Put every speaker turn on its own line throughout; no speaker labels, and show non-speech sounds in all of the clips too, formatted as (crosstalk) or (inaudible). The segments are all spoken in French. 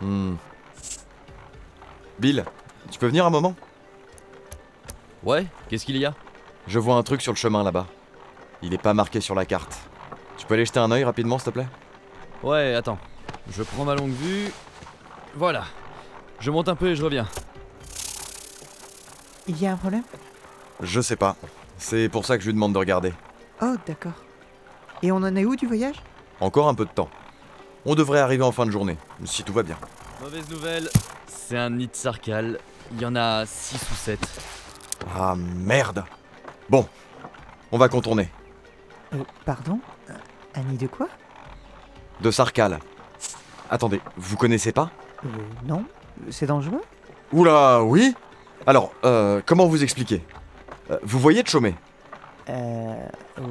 Hmm. Bill, tu peux venir un moment
Ouais, qu'est-ce qu'il y a
Je vois un truc sur le chemin là-bas. Il est pas marqué sur la carte. Tu peux aller jeter un œil rapidement, s'il te plaît
Ouais, attends. Je prends ma longue vue. Voilà. Je monte un peu et je reviens.
Il y a un problème
Je sais pas. C'est pour ça que je lui demande de regarder.
Oh, d'accord. Et on en est où du voyage
Encore un peu de temps. On devrait arriver en fin de journée, si tout va bien.
Mauvaise nouvelle, c'est un nid de sarcal. Il y en a 6 ou 7.
Ah merde Bon, on va contourner.
Euh, Pardon Euh, Annie de quoi
De Sarcal. Attendez, vous connaissez pas
Euh, Non C'est dangereux
Oula, oui Alors, euh, comment vous expliquer Euh, Vous voyez Chomé
Euh.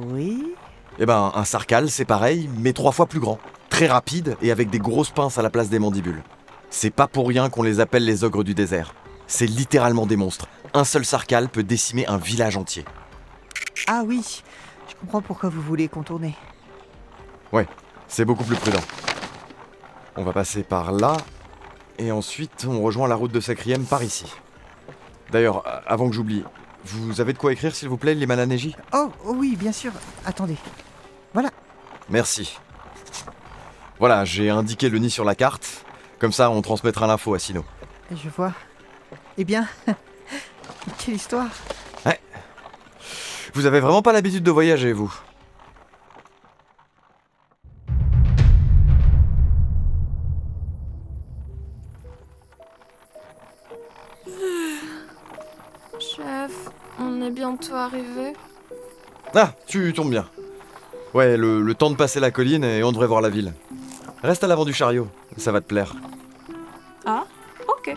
Oui.
Eh ben, un sarcal, c'est pareil, mais trois fois plus grand. Très rapide et avec des grosses pinces à la place des mandibules. C'est pas pour rien qu'on les appelle les ogres du désert. C'est littéralement des monstres. Un seul sarcal peut décimer un village entier.
Ah oui Je comprends pourquoi vous voulez contourner.
C'est beaucoup plus prudent. On va passer par là, et ensuite on rejoint la route de Sacriem par ici. D'ailleurs, euh, avant que j'oublie, vous avez de quoi écrire s'il vous plaît, les Mananéji
Oh, oh oui, bien sûr. Attendez.
Merci. Voilà, j'ai indiqué le nid sur la carte, comme ça on transmettra l'info à Sino.
Je vois. Eh bien. (laughs) Quelle histoire
Vous avez vraiment pas l'habitude de voyager, vous
Chef, on est bientôt arrivé.
Ah, tu tombes bien. Ouais, le, le temps de passer la colline et on devrait voir la ville. Reste à l'avant du chariot, ça va te plaire.
Ok.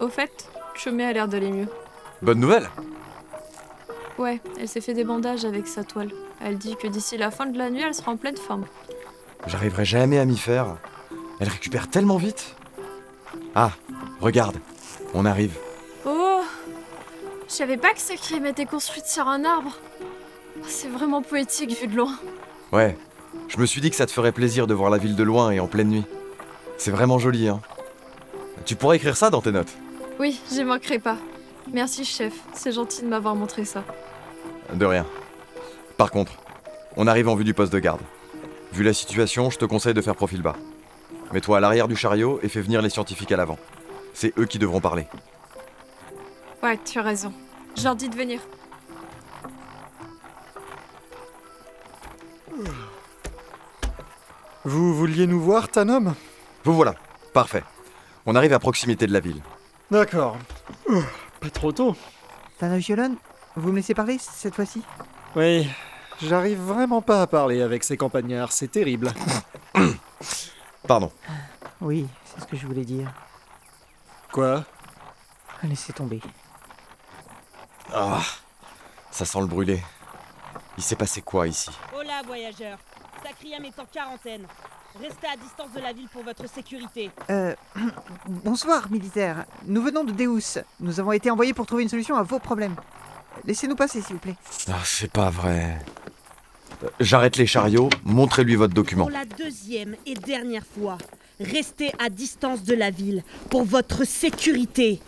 Au fait, Chomé a l'air d'aller mieux.
Bonne nouvelle
Ouais, elle s'est fait des bandages avec sa toile. Elle dit que d'ici la fin de la nuit, elle sera en pleine forme.
J'arriverai jamais à m'y faire. Elle récupère tellement vite. Ah, regarde, on arrive.
Oh Je savais pas que ces crimes étaient construites sur un arbre. Oh, C'est vraiment poétique vu de loin.
Ouais, je me suis dit que ça te ferait plaisir de voir la ville de loin et en pleine nuit. C'est vraiment joli, hein. Tu pourrais écrire ça dans tes notes.
Oui, j'y manquerai pas. Merci, chef. C'est gentil de m'avoir montré ça.
De rien. Par contre, on arrive en vue du poste de garde. Vu la situation, je te conseille de faire profil bas. Mets-toi à l'arrière du chariot et fais venir les scientifiques à l'avant. C'est eux qui devront parler.
Ouais, tu as raison. Je leur dis de venir.
Vous vouliez nous voir, Tanom
Vous voilà. Parfait. On arrive à proximité de la ville.
D'accord. Ouh, Pas trop tôt.
Tanogiolon, vous me laissez parler cette fois-ci
Oui, j'arrive vraiment pas à parler avec ces campagnards, c'est terrible.
Pardon.
Oui, c'est ce que je voulais dire.
Quoi
Laissez tomber.
Ah, ça sent le brûlé. Il s'est passé quoi ici
Hola voyageurs, Sacriam est en quarantaine. Restez à distance de la ville pour votre sécurité.
Euh, (clears throat) bonsoir, militaire. Nous venons de Deus. Nous avons été envoyés pour trouver une solution à vos problèmes. Laissez-nous passer, s'il vous plaît.
Ah, c'est pas vrai. Euh, J'arrête les chariots, montrez-lui votre document.
Pour la deuxième et dernière fois, restez à distance de la ville pour votre sécurité.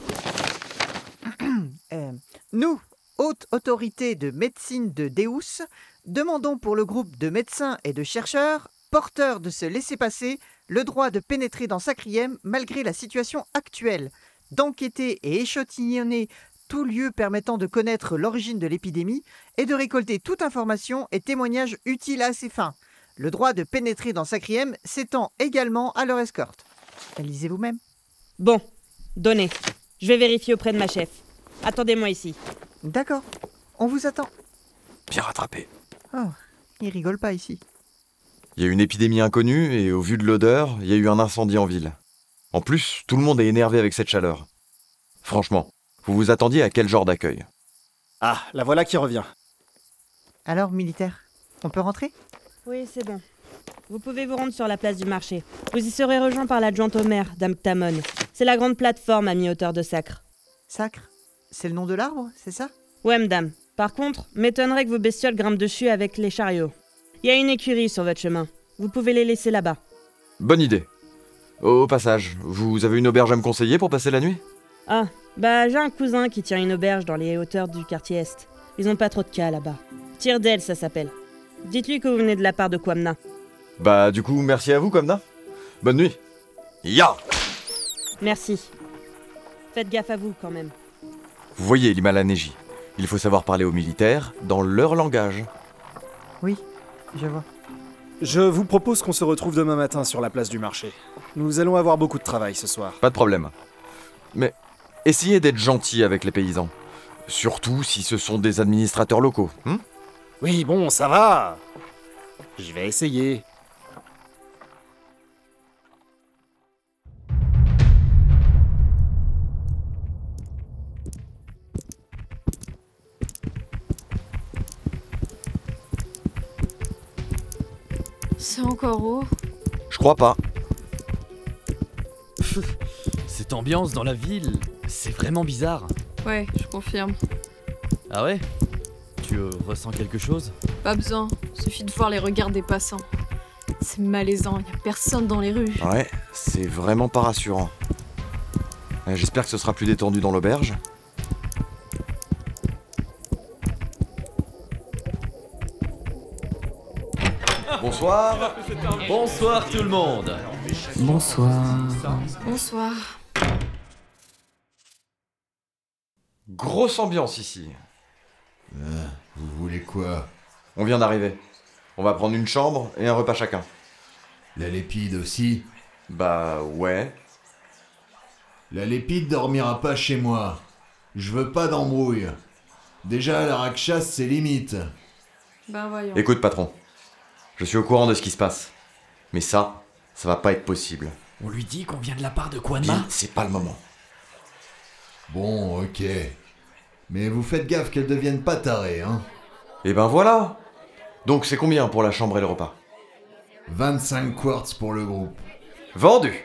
Euh, nous, haute autorité de médecine de Deus, demandons pour le groupe de médecins et de chercheurs, porteurs de ce laisser-passer, le droit de pénétrer dans Sacriem malgré la situation actuelle, d'enquêter et échantillonner tout lieu permettant de connaître l'origine de l'épidémie et de récolter toute information et témoignage utile à ses fins. Le droit de pénétrer dans Sacriem s'étend également à leur escorte. Lisez vous-même.
Bon, donnez. Je vais vérifier auprès de ma chef. Attendez-moi ici.
D'accord, on vous attend.
Bien rattrapé.
Oh, il rigole pas ici.
Il y a une épidémie inconnue et au vu de l'odeur, il y a eu un incendie en ville. En plus, tout le monde est énervé avec cette chaleur. Franchement, vous vous attendiez à quel genre d'accueil
Ah, la voilà qui revient.
Alors, militaire, on peut rentrer
Oui, c'est bon. Vous pouvez vous rendre sur la place du marché. Vous y serez rejoint par l'adjointe au maire, Dame Tamon. C'est la grande plateforme à mi-hauteur de Sacre.
Sacre C'est le nom de l'arbre, c'est ça
Ouais, madame. Par contre, m'étonnerait que vos bestioles grimpent dessus avec les chariots. Il y a une écurie sur votre chemin. Vous pouvez les laisser là-bas.
Bonne idée. Au passage, vous avez une auberge à me conseiller pour passer la nuit
Ah, bah j'ai un cousin qui tient une auberge dans les hauteurs du quartier Est. Ils ont pas trop de cas là-bas. Tirdel, ça s'appelle. Dites-lui que vous venez de la part de Kwamna.
Bah du coup, merci à vous, Comna. Bonne nuit. Ya
Merci. Faites gaffe à vous quand même.
Vous voyez l'Himalanéji. Il faut savoir parler aux militaires dans leur langage.
Oui, je vois.
Je vous propose qu'on se retrouve demain matin sur la place du marché. Nous allons avoir beaucoup de travail ce soir.
Pas de problème. Mais essayez d'être gentil avec les paysans. Surtout si ce sont des administrateurs locaux. hein
Oui, bon, ça va Je vais essayer.
C'est encore haut.
Je crois pas.
Cette ambiance dans la ville, c'est vraiment bizarre.
Ouais, je confirme.
Ah ouais Tu euh, ressens quelque chose
Pas besoin, suffit de voir les regards des passants. C'est malaisant, y a personne dans les rues.
Ouais, c'est vraiment pas rassurant. Euh, J'espère que ce sera plus détendu dans l'auberge. Bonsoir.
Bonsoir tout le monde
Bonsoir.
Grosse ambiance ici.
Euh, Vous voulez quoi
On vient d'arriver. On va prendre une chambre et un repas chacun.
La lépide aussi
Bah ouais.
La lépide dormira pas chez moi. Je veux pas d'embrouille. Déjà, la rackchasse, c'est limite.
Ben voyons.
Écoute patron, je suis au courant de ce qui se passe. Mais ça, ça va pas être possible.
On lui dit qu'on vient de la part de
Dis,
Bah.
Kwanma
c'est pas le moment.
Bon, ok. Mais vous faites gaffe qu'elle devienne pas tarée, hein.
Et ben voilà Donc c'est combien pour la chambre et le repas
25 quartz pour le groupe.
Vendu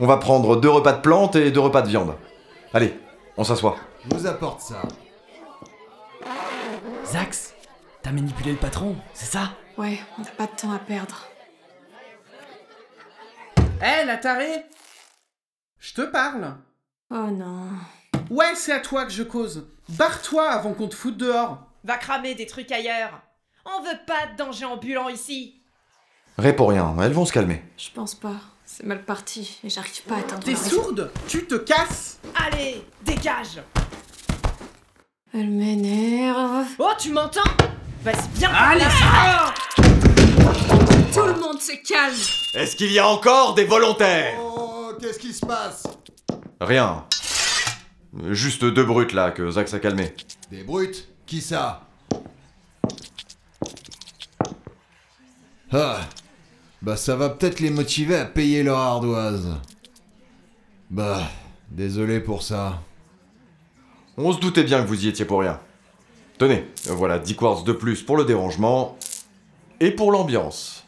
On va prendre deux repas de plantes et deux repas de viande. Allez, on s'assoit.
Je vous apporte ça.
Zax T'as manipulé le patron, c'est ça
Ouais, on n'a pas de temps à perdre.
Hé, la tarée Eh, Je te parle
Oh non.
Ouais, c'est à toi que je cause. Barre-toi avant qu'on te foute dehors.
Va cramer des trucs ailleurs. On veut pas de danger ambulant ici.
Ré pour rien, elles vont se calmer.
Je pense pas. C'est mal parti et j'arrive pas à atteindre
T'es
la raison.
sourde Tu te casses
Allez, dégage.
Elle m'énerve.
Oh, tu m'entends Vas-y bien.
Allez,
Tout le monde se calme.
Est-ce qu'il y a encore des volontaires
Oh, qu'est-ce qui se passe
Rien. Juste deux brutes là que Zax a calmé.
Des brutes Qui ça Ah Bah ça va peut-être les motiver à payer leur ardoise. Bah, désolé pour ça.
On se doutait bien que vous y étiez pour rien. Tenez, euh, voilà 10 quartz de plus pour le dérangement et pour l'ambiance.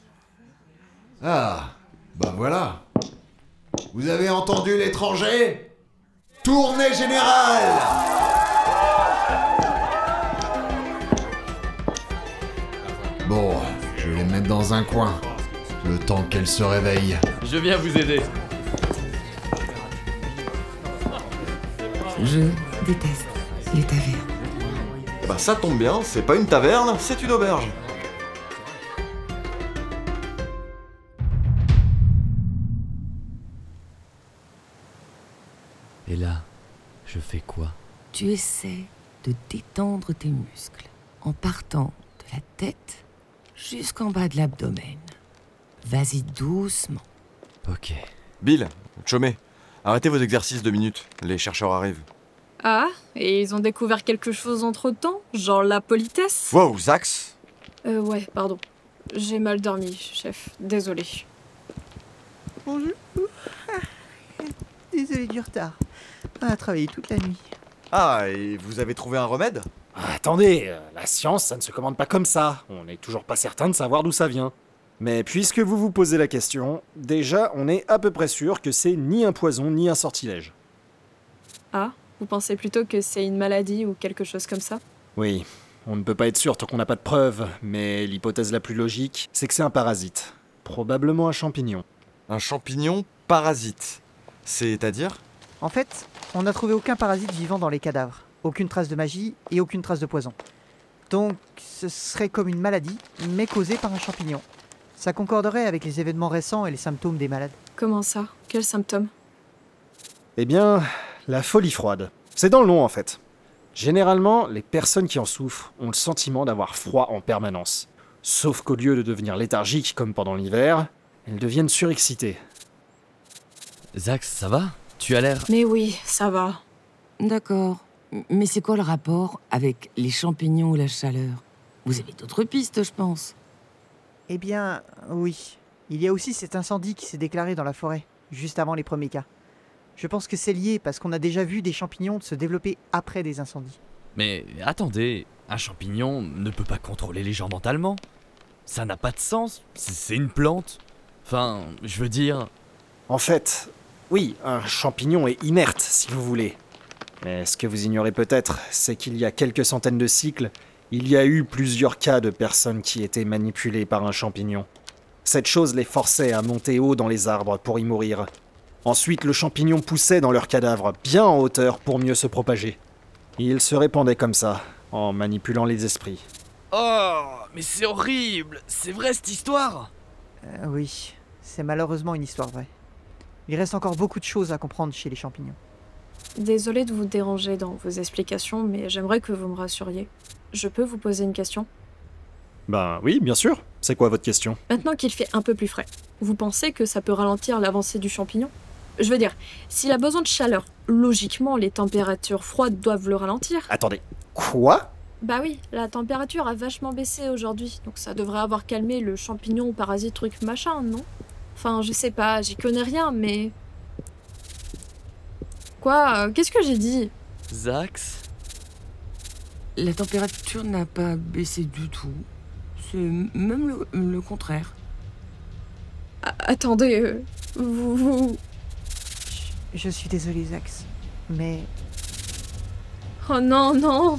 Ah Bah voilà Vous avez entendu l'étranger Tournée générale Bon, je vais les mettre dans un coin. Le temps qu'elle se réveille.
Je viens vous aider.
Je déteste les tavernes.
Bah ça tombe bien, c'est pas une taverne, c'est une auberge.
Et là, je fais quoi
Tu essaies de détendre tes muscles en partant de la tête jusqu'en bas de l'abdomen. Vas-y doucement.
Ok.
Bill, Chomé, arrêtez vos exercices deux minutes, les chercheurs arrivent.
Ah, et ils ont découvert quelque chose entre temps Genre la politesse
Wow, Zax
Euh, ouais, pardon. J'ai mal dormi, chef. Désolé.
Bonjour. Ah, Désolé du retard. On a travaillé toute la nuit.
Ah, et vous avez trouvé un remède
Attendez, euh, la science, ça ne se commande pas comme ça. On n'est toujours pas certain de savoir d'où ça vient. Mais puisque vous vous posez la question, déjà, on est à peu près sûr que c'est ni un poison ni un sortilège.
Ah, vous pensez plutôt que c'est une maladie ou quelque chose comme ça
Oui, on ne peut pas être sûr tant qu'on n'a pas de preuves, mais l'hypothèse la plus logique, c'est que c'est un parasite. Probablement un champignon.
Un champignon parasites. C'est-à-dire
En fait, on n'a trouvé aucun parasite vivant dans les cadavres, aucune trace de magie et aucune trace de poison. Donc, ce serait comme une maladie, mais causée par un champignon. Ça concorderait avec les événements récents et les symptômes des malades.
Comment ça Quels symptômes
Eh bien, la folie froide. C'est dans le nom en fait. Généralement, les personnes qui en souffrent ont le sentiment d'avoir froid en permanence. Sauf qu'au lieu de devenir léthargiques comme pendant l'hiver, elles deviennent surexcitées.
Zax, ça va Tu as l'air.
Mais oui, ça va.
D'accord. M- Mais c'est quoi le rapport avec les champignons ou la chaleur Vous avez d'autres pistes, je pense.
Eh bien, oui. Il y a aussi cet incendie qui s'est déclaré dans la forêt, juste avant les premiers cas. Je pense que c'est lié parce qu'on a déjà vu des champignons se développer après des incendies.
Mais attendez, un champignon ne peut pas contrôler les gens mentalement. Ça n'a pas de sens. C'est- C'est une plante. Enfin, je veux dire.
En fait, oui, un champignon est inerte, si vous voulez. Mais ce que vous ignorez peut-être, c'est qu'il y a quelques centaines de cycles, il y a eu plusieurs cas de personnes qui étaient manipulées par un champignon. Cette chose les forçait à monter haut dans les arbres pour y mourir. Ensuite, le champignon poussait dans leurs cadavres, bien en hauteur, pour mieux se propager. Il se répandait comme ça, en manipulant les esprits.
Oh, mais c'est horrible C'est vrai cette histoire
Euh, oui, c'est malheureusement une histoire vraie. Il reste encore beaucoup de choses à comprendre chez les champignons.
Désolée de vous déranger dans vos explications, mais j'aimerais que vous me rassuriez. Je peux vous poser une question
Ben oui, bien sûr. C'est quoi votre question
Maintenant qu'il fait un peu plus frais, vous pensez que ça peut ralentir l'avancée du champignon Je veux dire, s'il a besoin de chaleur, logiquement, les températures froides doivent le ralentir.
Attendez. Quoi
Bah oui, la température a vachement baissé aujourd'hui, donc ça devrait avoir calmé le champignon, parasite, truc, machin, non Enfin, je sais pas, j'y connais rien, mais... Quoi euh, Qu'est-ce que j'ai dit
Zax
La température n'a pas baissé du tout. C'est même le, le contraire.
A- Attendez, euh, vous- vous...
Je suis désolé, Zax, mais
Oh non, non